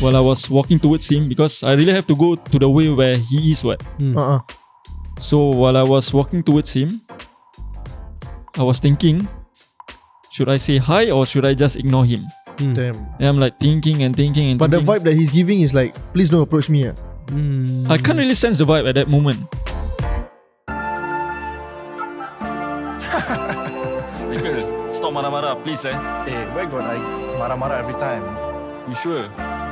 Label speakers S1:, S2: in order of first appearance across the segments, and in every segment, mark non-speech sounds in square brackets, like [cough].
S1: While I was walking towards him because I really have to go to the way where he is what.
S2: Hmm.
S3: Uh-uh.
S1: So while I was walking towards him, I was thinking, should I say hi or should I just ignore him?
S2: Hmm.
S3: Damn.
S1: And I'm like thinking and thinking and
S3: But the
S1: thinking.
S3: vibe that he's giving is like, please don't approach me. ah.
S2: Hmm.
S1: I can't really sense the vibe at that moment.
S4: Michael, stop marah-marah, please eh.
S5: Eh, where got I marah-marah every time?
S4: You sure?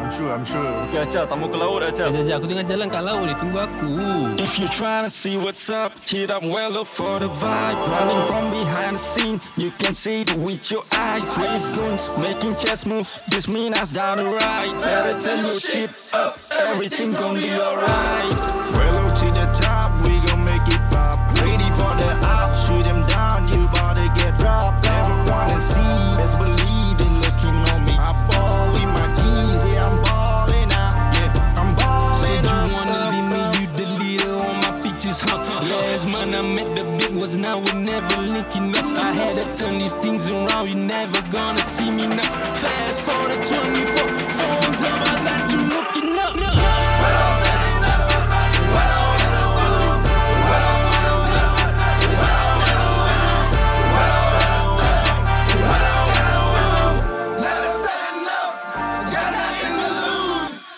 S5: I'm sure, I'm sure.
S4: Okay, Acah, tak mau ke laut, Acah.
S2: Sekejap, sekejap. Aku tengah jalan kat laut ni. Tunggu aku.
S4: If you're trying to see what's up, hit up Weller for the vibe. Running from behind the scene, you can see it with your eyes. Raise goons, making chess moves. This mean us down the right. Better turn your shit up, everything gonna be alright.
S6: Well, to the top, we gon' make it pop. Ready for the op, shoot them down, you bout to get dropped. Never wanna see, best believe they looking on me. I ball with my G's, yeah, I'm ballin' out, yeah, I'm
S2: Said
S6: ballin'
S2: you
S6: out.
S2: wanna leave me, you the leader on my pictures, huh? Last month I met the big ones, now we never linking up. I had to turn these things around, you never gonna see me now. Fast forward to 24, phones on my lap, you looking up.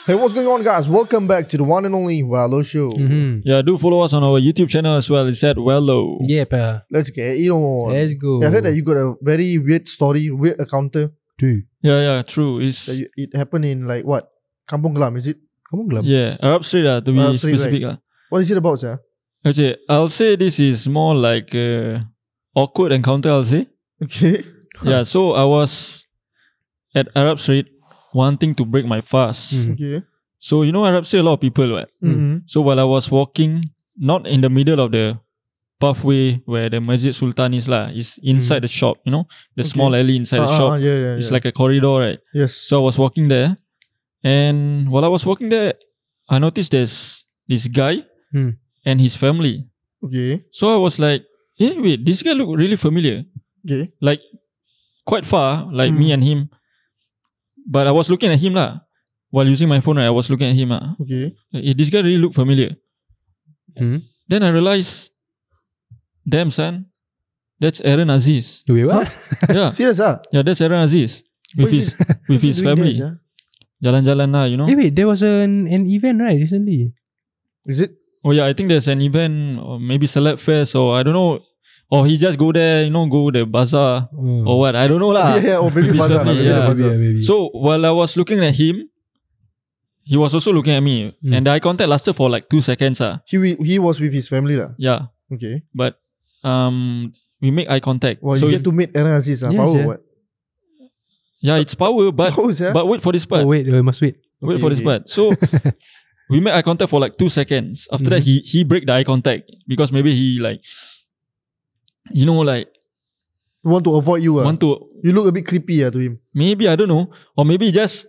S3: Hey, what's going on, guys? Welcome back to the one and only Wallo Show.
S2: Mm-hmm.
S1: Yeah, do follow us on our YouTube channel as well. It's at Wello.
S2: Yeah, pa.
S3: Let's get it on.
S2: Let's go.
S3: I heard that you got a very weird story, weird encounter.
S1: yeah, yeah, true. It's
S3: That you, it happened in like what? Kampung Glam, is it?
S2: Kamu gelap.
S1: yeah, Arab Street lah, uh, to be
S3: Arab Street,
S1: specific lah.
S3: What is it about,
S1: [laughs]
S3: sir?
S1: Okay, I'll say this is more like a awkward encounter. I'll say.
S3: Okay.
S1: Yeah, so I was at Arab Street wanting to break my fast.
S2: Mhm.
S3: Okay.
S1: So you know Arab Street a lot of people, right?
S3: Mm-hmm.
S1: So while I was walking, not in the middle of the pathway where the Masjid Sultan is lah, is inside the shop. You know, the
S3: Mm-hmm. Okay.
S1: small alley inside the shop.
S3: Uh-uh, yeah, yeah,
S1: It's
S3: yeah.
S1: like a corridor, right?
S3: yes.
S1: So I was walking there, and while I was walking there, I noticed there's this guy
S2: Hmm.
S1: and his family.
S3: okay,
S1: So I was like, "Hey, wait, this guy look really familiar,
S3: okay,
S1: quite far, like
S3: Hmm.
S1: me and him." But I was looking at him lah while using my phone. Right, I was looking at him lah.
S3: okay.
S1: Like, "Eh, this guy really look familiar.
S3: Mm-hmm.
S2: Hmm.
S1: Then I realized, damn son, that's Aaron
S3: [laughs]
S1: Aziz.
S2: Wait, what?
S1: yeah,
S3: Serious ah?
S1: yeah, that's Aaron Aziz Uh, with
S3: What is
S1: his with his
S3: [laughs] Doing
S1: family.
S3: that, sia?
S1: Jalan-jalan lah, you know.
S2: Eh, wait, there was an, an event, right, recently?
S3: Is it?
S1: Oh yeah, I think there's an event or maybe Celeb Fest or I don't know. Or he just go there, you know, go the bazaar
S2: Oh,
S1: or what. I don't know lah.
S3: yeah, yeah. Or maybe
S1: Ah, his
S3: bazaar. lah,
S1: family,
S3: maybe the
S1: yeah.
S3: bazaar.
S2: maybe.
S1: So while I was looking at him, he was also looking at me.
S2: Mm.
S1: And the eye contact lasted for like two seconds. Ah,
S3: He wi- he was with his family lah.
S1: Yeah.
S3: Okay.
S1: But um we make eye contact.
S3: Well,
S1: so
S3: you get to meet Aaron Aziz ah.
S2: Yes,
S3: Power
S2: yeah.
S3: what?
S1: yeah, it's power,
S3: [laughs]
S1: but
S3: Power sia.
S1: but wait for this part.
S2: oh, wait, we must wait.
S1: wait
S3: okay,
S1: for this part.
S3: okay. [laughs]
S1: So we made eye contact for like two seconds. After that,
S3: Mm-hmm.
S1: he he break the eye contact because maybe he like you know like
S3: want to avoid you ah.
S1: want to
S3: You look a bit creepy ah to him.
S1: Maybe I don't know, or maybe just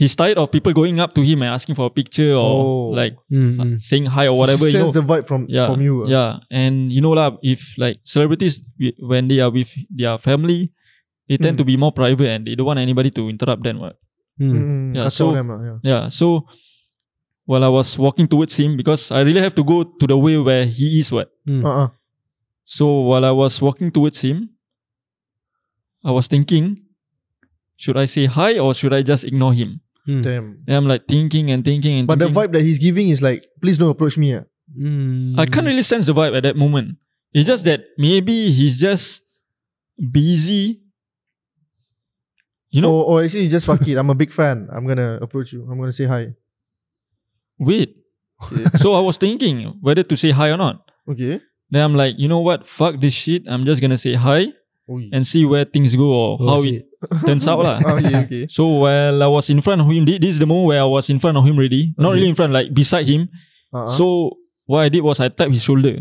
S1: he's tired of people going up to him and asking for a picture or
S3: Oh.
S1: like uh,
S2: Mm-hmm.
S1: saying hi or whatever.
S3: He
S1: You know,
S3: sense the vibe from
S1: yeah,
S3: from you. ah.
S1: yeah. And you know lah, if like celebrities wi- when they are with their family, they tend
S3: Hmm.
S1: to be more private and they don't want anybody to interrupt them. What?
S3: Mm,
S1: Yeah,
S3: kacau
S1: so-
S3: them lah, yeah.
S1: Yeah. So while I was walking towards him because I really have to go to the way where he is. What?
S3: Uh-uh.
S1: So while I was walking towards him, I was thinking, should I say hi or should I just ignore him?
S7: Ừ.
S3: Damn.
S1: Then I'm like thinking and thinking and
S3: But the
S1: thinking.
S3: vibe that he's giving is like, please don't approach me. ah.
S7: Ừ.
S1: I can't really sense the vibe at that moment. It's just that maybe he's just busy. You know,
S3: Or, or actually, just fuck it. I'm a big fan. I'm gonna approach you. I'm gonna say hi.
S1: wait. so I was thinking whether to say hi or not.
S3: [laughs] Okay.
S1: Then I'm like, you know what? Fuck this shit. I'm just gonna say hi
S3: Oi.
S1: and see where things go or how it turns out
S3: [laughs]
S1: lah.
S3: Ah, yeah, okay.
S1: So while I was in front of him, thi- this is the moment where I was in front of him already. Not
S3: Okay.
S1: really in front, like beside him.
S3: Uh-uh.
S1: So what I did was I tapped his shoulder.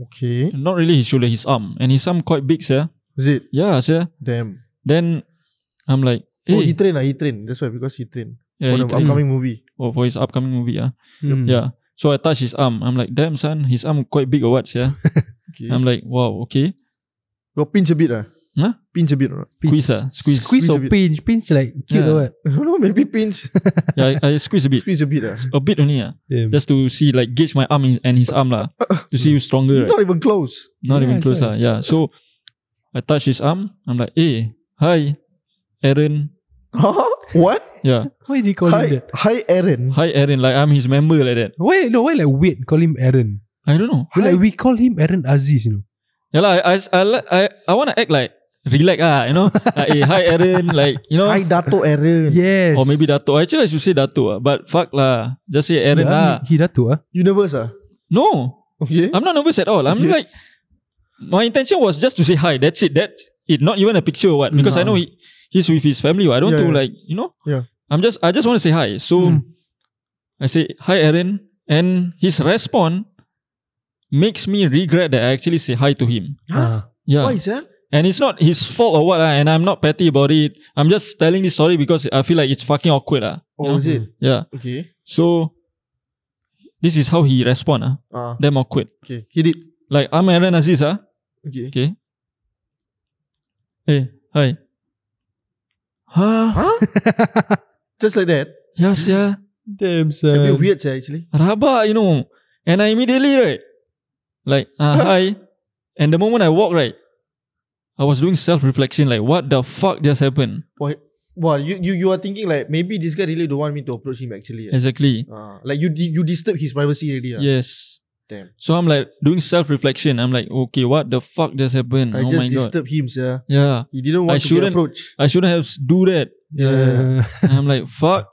S3: okay.
S1: Not really his shoulder, his arm. And his arm quite big, sir.
S3: Is it?
S1: Yeah, sir.
S3: Damn.
S1: Then I'm like,
S3: Oh,
S1: hey,
S3: he train. ah, He train. That's why because he train
S1: yeah,
S3: for
S1: he
S3: the
S1: trained
S3: upcoming movie.
S1: for- for his upcoming movie. Ah,
S7: Ừ.
S2: Mm.
S7: Hmm.
S1: Yeah. So I touch his arm. I'm like, damn, son, his arm quite big or what, yeah?
S3: Okay.
S1: I'm like, wow, okay.
S3: Um, Got pinch a bit ah.
S1: Huh?
S3: Pinch a bit or not? [laughs]
S1: Squeeze ah, squeeze.
S7: Squeeze or
S3: Squeeze a bit.
S7: pinch? Pinch like cute
S1: Yeah.
S7: or what?
S3: I don't know, maybe
S1: [laughs]
S3: pinch.
S1: Yeah, I, I squeeze a bit,
S3: Squeeze a bit. ah.
S1: a bit only ah,
S7: Yeah.
S1: just to see like gauge my arm and his arm lah, to see who's stronger. Right?
S3: Not even close. [laughs]
S1: Not
S7: Yeah,
S1: even
S7: that's
S1: close lah.
S7: why.
S1: Yeah, so I touch his arm. I'm like, hey, hi, Aaron.
S3: Huh? What?
S1: Yeah,
S7: Why did he call him
S3: Hi,
S7: that?
S3: hi Aaron.
S1: hi, Aaron. Like I'm his member like that.
S7: Why no? Why like weird? Call him Aaron.
S1: I don't know.
S7: We're Like we call him Aaron Aziz, you know.
S1: Yeah lah, I I I like- I, I want to act like relax ah, you know, like hey, hi Aaron, like you know,
S3: Hi Dato Aaron.
S7: Yes.
S1: or maybe Dato. Actually, I should say Dato, ah, but fuck lah, just say Aaron lah.
S7: He, he Dato ah.
S3: You nervous ah?
S1: No,
S3: Okay.
S1: I'm not nervous at all. I'm
S3: Yeah.
S1: like, my intention was just to say hi. That's it. That's it. Not even a picture or what. Because I know he, he's with his family. I don't
S3: Yeah,
S1: do
S3: yeah.
S1: like you know.
S3: Yeah.
S1: I'm just I just want to say hi. So
S3: Mm.
S1: I say hi, Aaron, and his response makes me regret that I actually say hi to him.
S7: Ah.
S1: Yeah.
S3: Why is that?
S1: And it's not his fault or what, ah, and I'm not petty about it. I'm just telling this story because I feel like it's fucking awkward. ah. You
S3: Oh,
S1: know?
S3: is it?
S1: Yeah.
S3: Okay.
S1: So this is how he respond. Ah,
S3: Ah,
S1: Damn awkward.
S3: okay. Hit it.
S1: Like I'm Aaron Aziz. Ah.
S3: Okay.
S1: Okay. Hey, hi. Huh?
S3: Huh? Just like that.
S1: Yes, yeah.
S7: Damn
S3: A
S7: son.
S1: Um,
S3: bit weird, sir, actually.
S1: Rabak, you know. And I immediately, right? Like,
S3: [laughs]
S1: uh, hi. And the moment I walk, right? I was doing self reflection, like, what the fuck just happened?
S3: Why? Wow, you, you you are thinking like maybe this guy really don't want me to approach him actually. Yeah.
S1: Exactly.
S3: Ah, like you di- you disturb his privacy already. ah.
S1: Yes.
S3: Damn.
S1: So I'm like doing self reflection. I'm like, okay, what the fuck just happened?
S3: I
S1: oh
S3: just
S1: my god.
S3: disturb him, sir.
S1: Yeah.
S3: He didn't
S1: I
S3: want to get
S1: shouldn't-
S3: approached.
S1: I shouldn't have s- do that.
S7: Yeah.
S1: And I'm like, [laughs] fuck.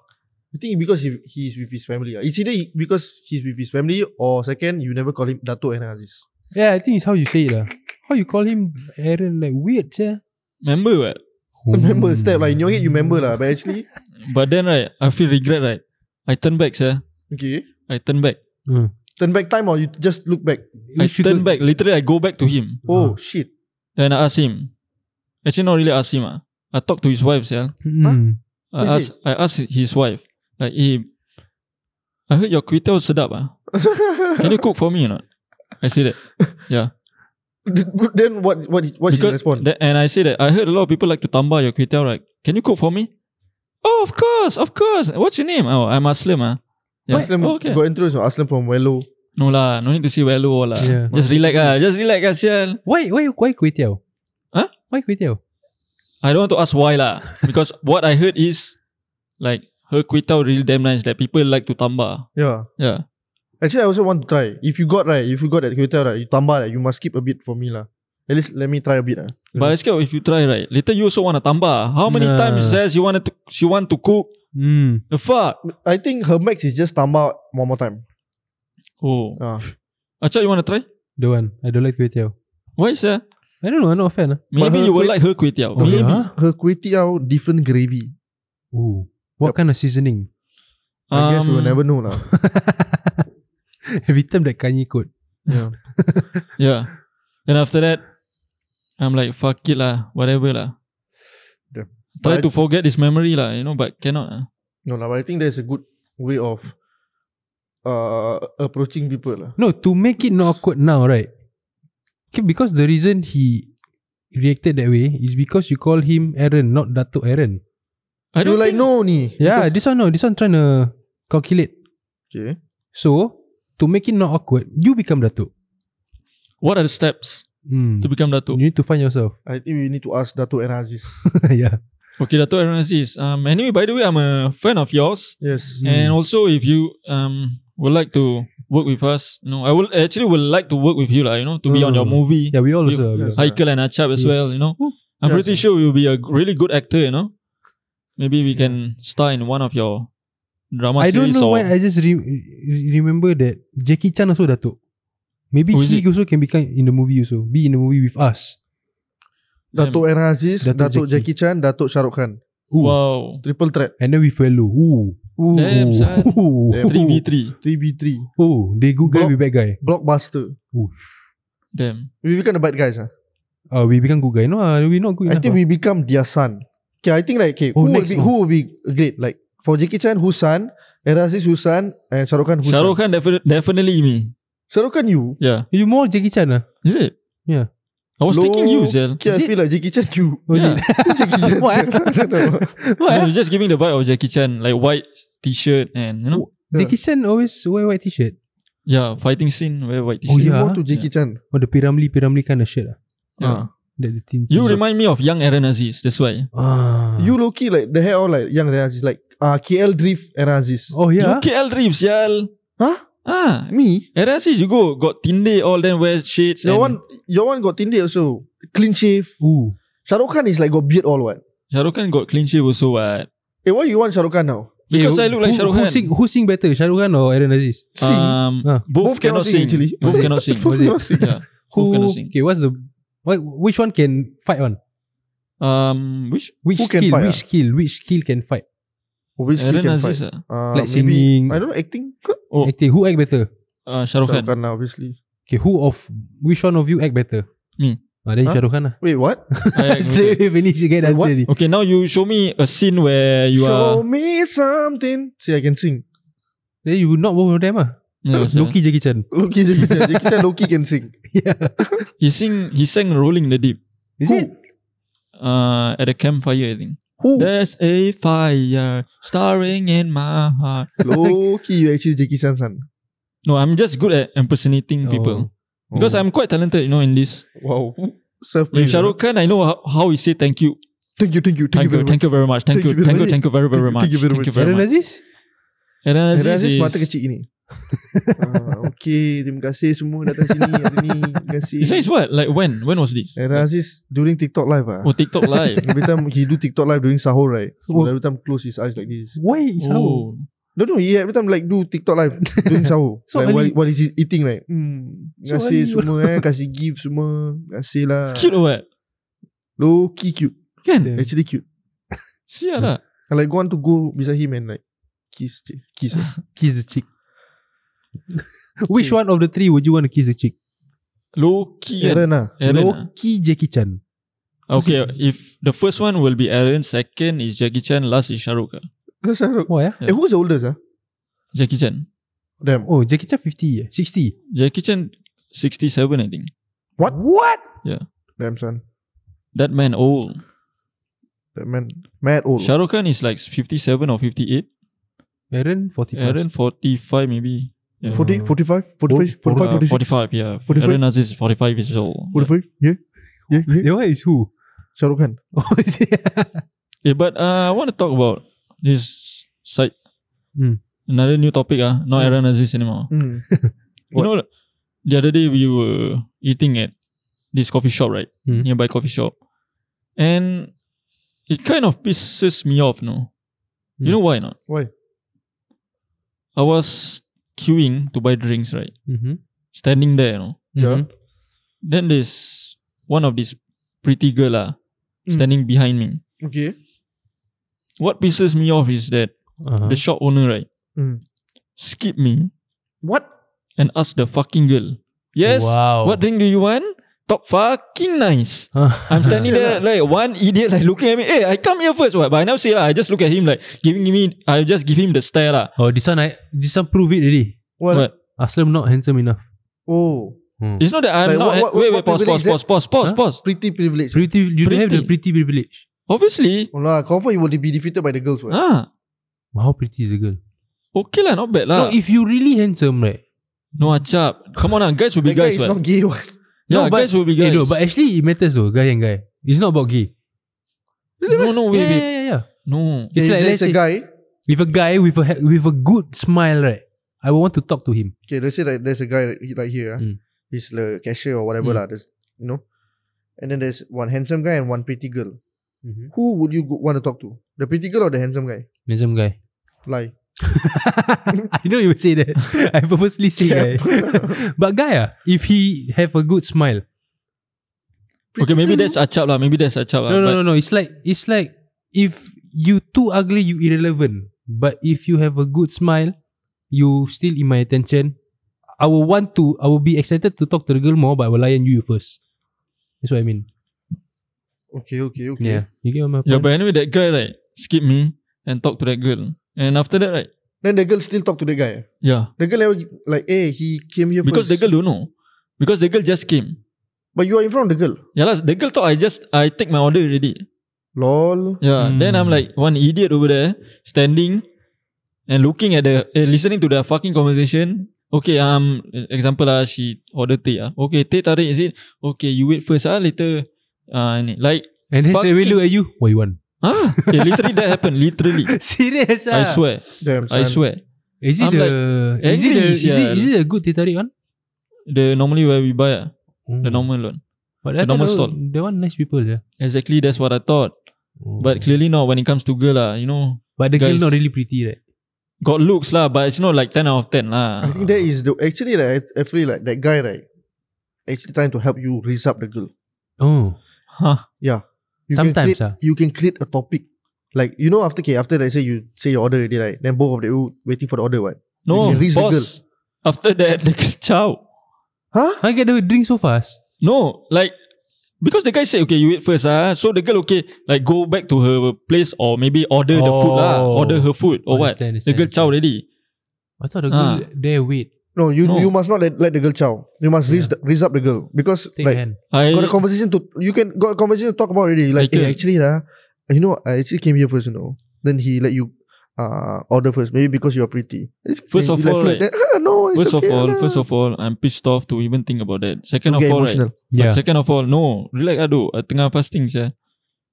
S3: I think because he, he's with his family. ah. It's either he- because he's with his family or second, you never call him Dato and Aziz.
S7: Yeah, I think it's how you say it lah. How you call him Aaron like weird, eh? yeah.
S1: Remember what? Oh.
S3: Remember step like in your head you remember lah, but actually
S1: But then right, I feel regret, right? I turn back, sir.
S3: okay.
S1: I turn back.
S7: Hmm.
S3: Turn back time or you just look back.
S1: I turn back. Literally, I go back to him
S3: Oh shit. [laughs]
S1: and I ask him. Actually, not really ask him. Ah, I talk to his wife. Sel.
S7: Mm.
S1: I
S3: Who is
S1: ask. I ask his wife. Like, hey, I heard your kway teow sedap.
S3: [laughs]
S1: Ah, can you cook for me or not? I say that.
S3: then what what what's his response?
S1: that- and I say that I heard a lot of people like to tamba your kway teow. Right? Can you cook for me? Oh, of course, of course. What's your name? Oh, I'm Aslam. Ah. Yeah.
S3: Aslam
S1: Oh, okay.
S3: got introduced or Aslam from Wello.
S1: No lah, no need to see value all lah.
S7: Yeah.
S1: Just relax ah, just relax ah, Sel.
S7: Why why why kway teow?
S1: Huh?
S7: Why kway teow?
S1: I don't want to ask why
S3: [laughs]
S1: lah. Because what I heard is like her kway teow really damn nice that people like to tamba.
S3: Yeah.
S1: Yeah.
S3: Actually I also want to try. If you got right, if you got at Twitter right, you tambah right, you must keep a bit for me lah. At least let me try a bit lah.
S1: But I scared if you try right, later you also want to tamba. How many
S7: Nah.
S1: times she says you wanted to she want to cook?
S7: Mm.
S1: The fuck?
S3: I think her max is just tambah one more time.
S1: Oh.
S3: [laughs] Ah.
S1: Acha, you wanna try?
S7: The one. I don't like kway teow.
S1: Why sir?
S7: I don't know, I'm not a fan. ah.
S1: Maybe
S3: her
S1: you will
S3: kway-
S1: like her kway teow.
S7: Oh,
S3: Maybe
S7: yeah?
S3: her kway teow different gravy.
S7: Ooh. What
S3: Yup.
S7: kind of seasoning? [laughs]
S3: I guess we will
S1: Um,
S3: never know lah.
S7: Every time that Kanye quote.
S3: yeah.
S1: Yeah. Then after that, I'm like, fuck it lah, whatever lah.
S3: Yeah.
S1: Try
S3: But-
S1: to forget this memory lah, you know, but cannot. ah.
S3: No lah, but I think that's a good way of uh approaching people lah.
S7: No, to make it not awkward now, right? Okay, because the reason he reacted that way is because you call him Aaron, not Dato Aaron.
S1: I
S3: You
S1: don't
S3: like
S1: think
S3: no ni.
S7: Yeah, this one no, this one trying to calculate.
S3: Okay.
S7: So to make it not awkward, you become Dato.
S1: what are the steps
S7: Hmm.
S1: to become Dato?
S7: You need to find yourself. [laughs]
S3: I think we need to ask Dato and Aziz.
S7: yeah.
S1: Okay, Dato Aaron Aziz. Um, anyway, by the way, I'm a fan of yours,
S7: Hmm.
S3: yes.
S1: and also if you um would like to work with us, you know, I will actually would like to work with you, lah. You know, to be on your
S7: Mm.
S1: movie,
S7: Yeah, we all
S1: You-
S7: also.
S3: yes.
S1: Haikal and Achab as
S7: Yes.
S1: well. You know, I'm
S3: Yeah,
S1: pretty sure
S3: sir.
S1: you'll be a g- really good actor. You know, maybe we can star in one of your drama
S7: I don't
S1: series.
S7: know
S1: or,
S7: why I just re- re- remember that Jackie Chan also Dato. Maybe
S1: Who is
S7: he
S1: it?
S7: also can become in the movie also. Be in the movie with us.
S3: Dato and Aziz,
S7: Dato'
S3: Dato
S7: Jackie.
S3: Jackie Chan, Dato Shahrukh Khan.
S7: Ooh.
S1: wow,
S3: Triple threat.
S7: And then with fellow. Ooh.
S3: Ooh.
S1: Damn, son.
S7: [laughs] Ooh.
S3: Damn.
S1: three v three,
S3: 3v3.
S7: Oh, they good guy,
S3: Block-
S7: we bad guy.
S3: Blockbuster.
S7: Ooh.
S1: damn.
S3: We become the bad guys. ah.
S7: Uh, we become good guy. No, uh, we not good
S3: I
S7: enough.
S3: think
S7: ah.
S3: we become their son. Okay, I think like okay,
S7: Oh,
S3: who, will
S7: next
S3: be,
S7: one.
S3: who will be great? Like for Jackie Chan, who's son? And Aziz, who's son? And Shahrukh Khan, who's
S1: Shahrukh
S3: son?
S1: Khan defi- definitely me.
S3: Shahrukh Khan, you?
S1: Yeah,
S7: you more Jackie Chan ah.
S1: is it?
S7: Yeah.
S1: I was thinking you, Zel.
S3: Okay, I feel like Jackie Chan you. [laughs]
S7: Was
S1: Yeah. [laughs]
S7: it?
S3: Jackie Chan.
S7: What?
S3: [laughs] I don't know.
S1: No, you're just giving the vibe of Jackie Chan, like white t-shirt and you know,
S7: Jackie Chan always wear white t-shirt.
S1: yeah, fighting scene wear white
S7: [laughs] Oh,
S1: t-shirt.
S3: You
S7: yeah. Ah.
S3: more to Jackie Chan.
S7: Or Oh, the Piramli Piramli kind of shirt. ah.
S1: Yeah.
S7: That the thin
S1: You
S7: thin-
S1: remind me of young Aaron Aziz. That's why.
S7: ah.
S3: You low key like the hair all like young Aaron Aziz like uh, KL Drift Aaron Aziz.
S7: Oh
S1: You
S7: yeah.
S1: KL Reeves, Zel.
S3: Huh?
S1: Ah,
S3: Me?
S1: Aaron Aziz, you go got Tinde all then wear shades.
S3: Your
S1: and
S3: one your one got Tinder also. Clean shave.
S7: Ooh.
S3: Shah Rukh Khan is like got beard all what?
S1: Shah Rukh Khan got clean shave also. What?
S3: Hey, why you want Shah Rukh Khan now?
S1: Because
S7: Eh,
S1: I look like
S7: who,
S1: Shah Rukh
S7: who
S1: Khan.
S7: sing, who sing better, Shah Rukh Khan or Aaron Aziz?
S3: Sing.
S1: Um,
S7: Ah.
S1: both, cannot sing.
S3: actually.
S1: Both cannot sing.
S3: [laughs] Both cannot sing.
S1: Yeah. Both cannot sing.
S7: Okay, what's the what, which one can fight on?
S1: Um, which
S7: Which
S3: Who can
S7: skill?
S3: fight,
S7: which
S1: ah?
S7: skill? Which skill can fight?
S3: Which kid
S1: Aaron
S3: can
S1: Aziz?
S3: fight?
S1: ah?
S3: Uh,
S7: Like
S3: maybe-
S7: singing.
S3: I don't know acting.
S1: Oh.
S7: Acting, who act better?
S1: Uh, Shah Rukh
S3: Shah Rukh
S1: Khan.
S3: Khan now, obviously.
S7: Okay, who of which one of you act better?
S1: Me.
S7: Ah, then
S3: Huh?
S7: Shah Rukh Khan lah.
S3: Wait, what?
S1: I agree.
S7: Straight away [laughs] finish you get
S3: Wait,
S7: answer
S3: what?
S7: already.
S1: Okay, now you show me a scene where you
S3: Show
S1: are.
S3: me something. See, I can sing.
S7: Then you not both of them ah.
S1: Yeah, what's that?
S7: Loki Jackie Chan.
S3: Loki, Jackie Chan. Jackie Chan, Loki can sing.
S1: He sing. He sang "Rolling in the Deep."
S7: Is
S3: Who?
S7: it?
S1: Uh, at a campfire, I think.
S3: Who?
S1: There's a fire starring in my heart.
S3: Loki, you actually Jackie Chan's son.
S1: No, I'm just good at impersonating people
S3: Oh.
S1: because I'm quite talented, you know, in this.
S3: Wow. Self
S1: Like Shah Rukh Khan, I know how, how he say thank you,
S3: Thank you, thank you, thank
S1: thank you,
S3: you.
S1: thank you very much, thank
S3: Thank
S1: you,
S3: you very
S1: thank you,
S3: much.
S1: thank you very very much,
S3: Thank you very
S1: thank you
S3: much.
S1: very
S7: Aaron
S1: much.
S7: Aziz?
S1: Aaron Aziz,
S3: Aaron Aziz
S1: is,
S3: mata kecil gini. Ah, okay, terima kasih semua datang sini hari ni. Terima kasih.
S1: This one is what? Like when? When was this?
S3: Aaron Aziz during TikTok live ah.
S1: Oh, TikTok live.
S3: [laughs] Every time he do TikTok live during sahur right. So
S7: Oh.
S3: every time close his eyes like this.
S7: Why is how?
S1: oh,
S3: No no, he every time like do TikTok live during sahur.
S7: So
S3: like
S7: early.
S3: while, while he's eating right. Hmm,
S7: So
S3: terima kasih
S7: early.
S3: semua eh, kasih gift semua. Terima Kasih lah.
S1: cute or what?
S3: Low key cute.
S1: Kan?
S3: Actually cute.
S1: Sia lah.
S3: I like want to go beside him and like kiss je.
S1: [laughs]
S3: kiss. eh.
S7: Kiss the chick. which one of the three would you want to kiss the chick?
S1: Low key. kan?
S3: Aaron lah.
S1: Aaron, ah.
S7: Loki Jackie Chan.
S1: Okay, if the first one will be Aaron, second is Jackie Chan, last is Shah Rukh. ah.
S3: That's Shahrukh.
S7: Why ah?
S1: Yeah.
S3: Eh, who's the oldest ah?
S1: Jackie Chan.
S3: Damn.
S7: Oh, Jackie Chan 50, eh? 60.
S1: Jackie Chan 67 I think.
S3: What?
S7: What?
S3: Damn son.
S1: That man old.
S3: That man mad old.
S1: Shah Rukh Khan is like 57 or 58.
S7: Aaron 40 plus.
S1: Aaron 45 maybe. Yeah.
S3: 40, 45, 45,
S7: Four-
S3: 45,
S1: Uh,
S3: 46,
S1: 45, yeah.
S3: 45?
S1: Aaron Aziz is 45 years old.
S3: 45, yeah, yeah, yeah.
S7: The one is who? [laughs]
S3: Shah Rukh Khan.
S7: Oh, is it?
S1: Yeah, but uh, I want to talk about this side.
S7: Hmm.
S1: Another new topic, ah, not Aaron Aziz anymore.
S3: Mm.
S1: You know, the other day we were eating at this coffee shop, right?
S3: Mm-hmm.
S7: Hmm.
S1: Nearby coffee shop. And it kind of pisses me off, no? You
S7: Hmm.
S1: know why not?
S3: Mm. Why?
S1: I was queuing to buy drinks, right?
S7: mm-hmm.
S1: Standing there, you know.
S3: Yeah.
S1: Then there's one of this pretty girl lah,
S3: Mm.
S1: standing behind me.
S3: Okay.
S1: What pisses me off is that
S7: Uh-huh.
S1: Mm-hmm. the shop owner, right?
S3: Mm.
S1: Skip me
S3: What?
S1: and ask the fucking girl. Yes.
S7: Wow. [laughs]
S1: What drink do you want? Top fucking nice. I'm standing there like one idiot like looking at me. Hey, I come here first, what? But I never say lah. I just look at him like giving me. I just give him the stare lah.
S7: oh, this one, I, this one prove it already.
S3: What?
S1: What?
S7: Aslam not handsome enough. Hmm.
S3: Oh,
S1: It's not that I'm not.
S3: Like, what- what-
S1: wait, wait,
S3: what
S1: pause, pause,
S3: privilege
S1: pause, pause, pause,
S7: Huh?
S1: pause.
S3: pretty privilege.
S7: Pretty, you don't have the pretty privilege.
S1: Obviously,
S3: oh, lah, confirm you will be defeated by the girls. What?
S1: ah,
S7: How pretty is the girl?
S1: okay lah, not bad
S7: No,
S1: lah.
S7: if you really handsome, right?
S1: No, acap. Come on, lah, guys will be
S3: That guy
S1: guys,
S3: is
S1: what?
S3: not gay. What?
S1: Yeah,
S7: No, but-
S1: guys will be
S7: Eh,
S1: guys.
S7: no, but actually it matters though, guy and guy. It's not about gay.
S1: no, no, wait, wait.
S7: yeah, yeah, yeah, yeah.
S1: No.
S7: eh, It's
S3: If
S7: like
S3: there's
S7: let's
S3: a
S7: say
S3: guy.
S7: if a guy with a ha- with a good smile, right? I will want to talk to him.
S3: Okay, let's say like there's a guy right, right here. ah.
S1: Hmm.
S7: Mm.
S3: He's the cashier or whatever
S1: Mm.
S3: lah. There's you know, and then there's one handsome guy and one pretty girl.
S1: Mm-hmm.
S3: Who would you go, want to talk to? The pretty girl or the handsome guy?
S7: Handsome guy.
S1: [laughs]
S3: Lie.
S7: [laughs] I know you would say that. I purposely say guy.
S3: [laughs]
S7: but guy, ah, if he have a good smile,
S1: Okay, maybe that's acap lah. Maybe that's acap lah.
S7: no, no,
S1: but
S7: no, no. It's like it's like if you too ugly, you irrelevant. But if you have a good smile, you still in my attention. I will want to. I will be excited to talk to the girl more, but I will lie on you first. That's what I mean.
S3: okay, okay, okay.
S7: Yeah, you get what my
S1: Yeah,
S7: point.
S1: but anyway, that guy right, skip me and talk to that girl. And after that, right?
S3: Then the girl still talk to the guy.
S1: Yeah.
S3: The girl never gi- like, hey, he came here
S1: Because the
S3: first.
S1: girl don't know. Because the girl just came.
S3: But you are in front of the girl.
S1: Yeah, last the girl thought I just I take my order already.
S3: Lol.
S1: Yeah.
S7: Hmm.
S1: Ya, Then I'm like one idiot over there standing and looking at the eh, listening to the fucking conversation. Okay, um example lah she order teh ah. Okay, teh tarik is it? Okay, you wait first ah later ah ni like
S7: And then straight away
S1: Fucking-
S7: look at you. What you want?
S1: ah yeah, literally that happened literally.
S7: [laughs] Serious
S1: I
S7: ah?
S1: swear.
S3: Damn,
S1: I
S3: son.
S1: swear.
S7: Is it
S1: I'm
S7: the is it
S1: angry
S7: the is it,
S1: sia.
S7: is it a good teh tarik one?
S1: The normally where we buy ah, the
S7: Mm.
S1: normal one.
S7: But
S1: the
S7: I thought
S1: normal
S7: that
S1: stall.
S7: one- That one nice people yeah.
S1: Exactly that's what I thought. Oh.
S7: Oh.
S1: But clearly not when it comes to girl lah, you know.
S7: but the girl
S1: guys-
S7: not really pretty right?
S1: Got looks lah, but it's not like 10 out of 10
S3: I [laughs]
S1: lah.
S3: think that is the actually like I feel like that guy right actually trying to help you raise up the girl.
S7: Oh,
S1: Huh.
S3: You can
S7: Sometimes
S3: create,
S7: ah.
S3: you can create a topic. Like you know after okay, after let's say you say your order already right, then both of you waiting for the order what?
S1: No,
S3: You can reach the girl.
S1: pause. After that, [laughs] the girl ciao.
S3: Huh?
S7: I get the drink so fast.
S1: No, like because the guy said, okay, you wait first, ah. So the girl, okay, like go back to her place or maybe order the food, lah.
S7: Oh.
S1: Order her food or what?
S7: Understand,
S1: The girl
S7: understand,
S1: chow already.
S7: I thought the girl
S1: Ah.
S7: there wait.
S3: No, you
S1: No.
S3: you must not let, let the girl chow. You must raise the, raise up the girl because
S7: Take
S3: like
S7: hand.
S1: I
S3: got a conversation to you can got a conversation to talk about already. Like
S1: Like,
S3: eh,
S1: uh,
S3: actually lah, you know I actually came here first, you know. Then he let you uh order first, maybe because you are pretty. It's-
S1: First of
S3: then you like
S1: all,
S3: flirt,
S1: right,
S3: then, "Ah, [laughs] no, it's
S1: first of
S3: okay
S1: all,
S3: lah."
S1: first of all, I'm pissed off to even think about that. Second of
S3: Don't get
S1: all, right,
S3: emotional.
S1: like,
S7: Yeah.
S1: second of all, no, relax, aduh, I tengah fasting, saya.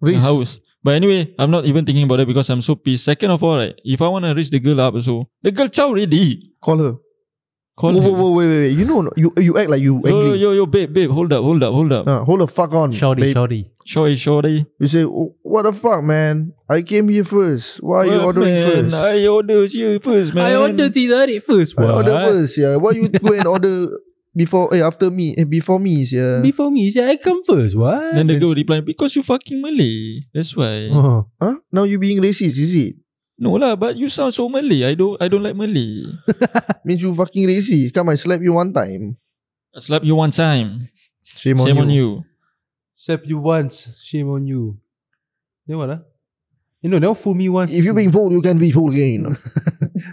S3: Raise-
S1: Haus. But anyway, I'm not even thinking about that because I'm so pissed. Second of all, right, if I wanna reach the girl up, so the girl chow already.
S3: call her.
S1: Call
S3: whoa,
S1: her.
S3: whoa, whoa, wait, wait, wait. You know, or not? you you act like you
S1: Yo, yo,
S3: angry.
S1: yo, yo, babe, babe, hold up, hold up, hold up.
S3: Uh, hold the fuck
S1: Hmm.
S3: on,
S7: Shorty,
S3: babe.
S7: shorty.
S1: Shorty, shorty.
S3: You say, "Oh, what the fuck, man? I came here first. Why are you
S1: What,
S3: ordering
S1: man?
S3: first?
S1: I order you first, man.
S7: I order tea tarik first.
S3: I order
S7: what?
S3: first, yeah. Why you go and order before? Eh, after me, eh, before me, yeah.
S7: Before me, say I come first. What?
S1: Then the girl replied, because you fucking Malay. That's why.
S7: oh. [laughs]
S3: huh? Now you being racist, is it?
S1: No lah, but you sound so Malay. I don't, I don't like Malay.
S3: Means you fucking racist. Come, I slap you one time.
S1: I slap you one time.
S3: Shame,
S1: Shame on you.
S7: Slap you once, shame on you. Then what? Ah? You know, now fool me once.
S3: If you being fooled, you can be fooled again.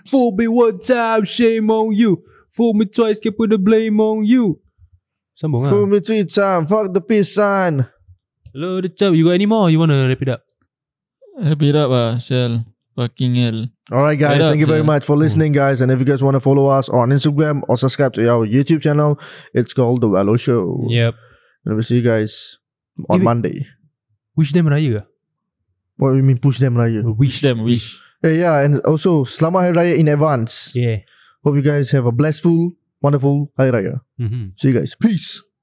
S7: fool me one time, shame on you. Fool me twice, can put the blame on you. Sambung
S3: [laughs]
S7: ah.
S3: Fool me three times. Fuck the piss, son.
S7: Hello, the chap. You got any more? Or you wanna wrap it up?
S1: Wrap it up ah, Shell. Fucking hell.
S3: All right, guys.
S1: Right up,
S3: thank you very
S1: yeah.
S3: much for listening, guys. And if you guys want to follow us on Instagram or subscribe to our YouTube channel, it's called The Valo Show.
S7: Yep.
S3: And we'll see you guys on
S7: If it-
S3: Monday.
S7: Wish them raya.
S3: What do you mean push them raya?
S1: Wish them, wish.
S3: Eh, yeah, and also Selamat Hari Raya in advance.
S7: Yeah.
S3: Hope you guys have a blessful, wonderful Hari Raya.
S7: Mm-hmm.
S3: See you guys. Peace.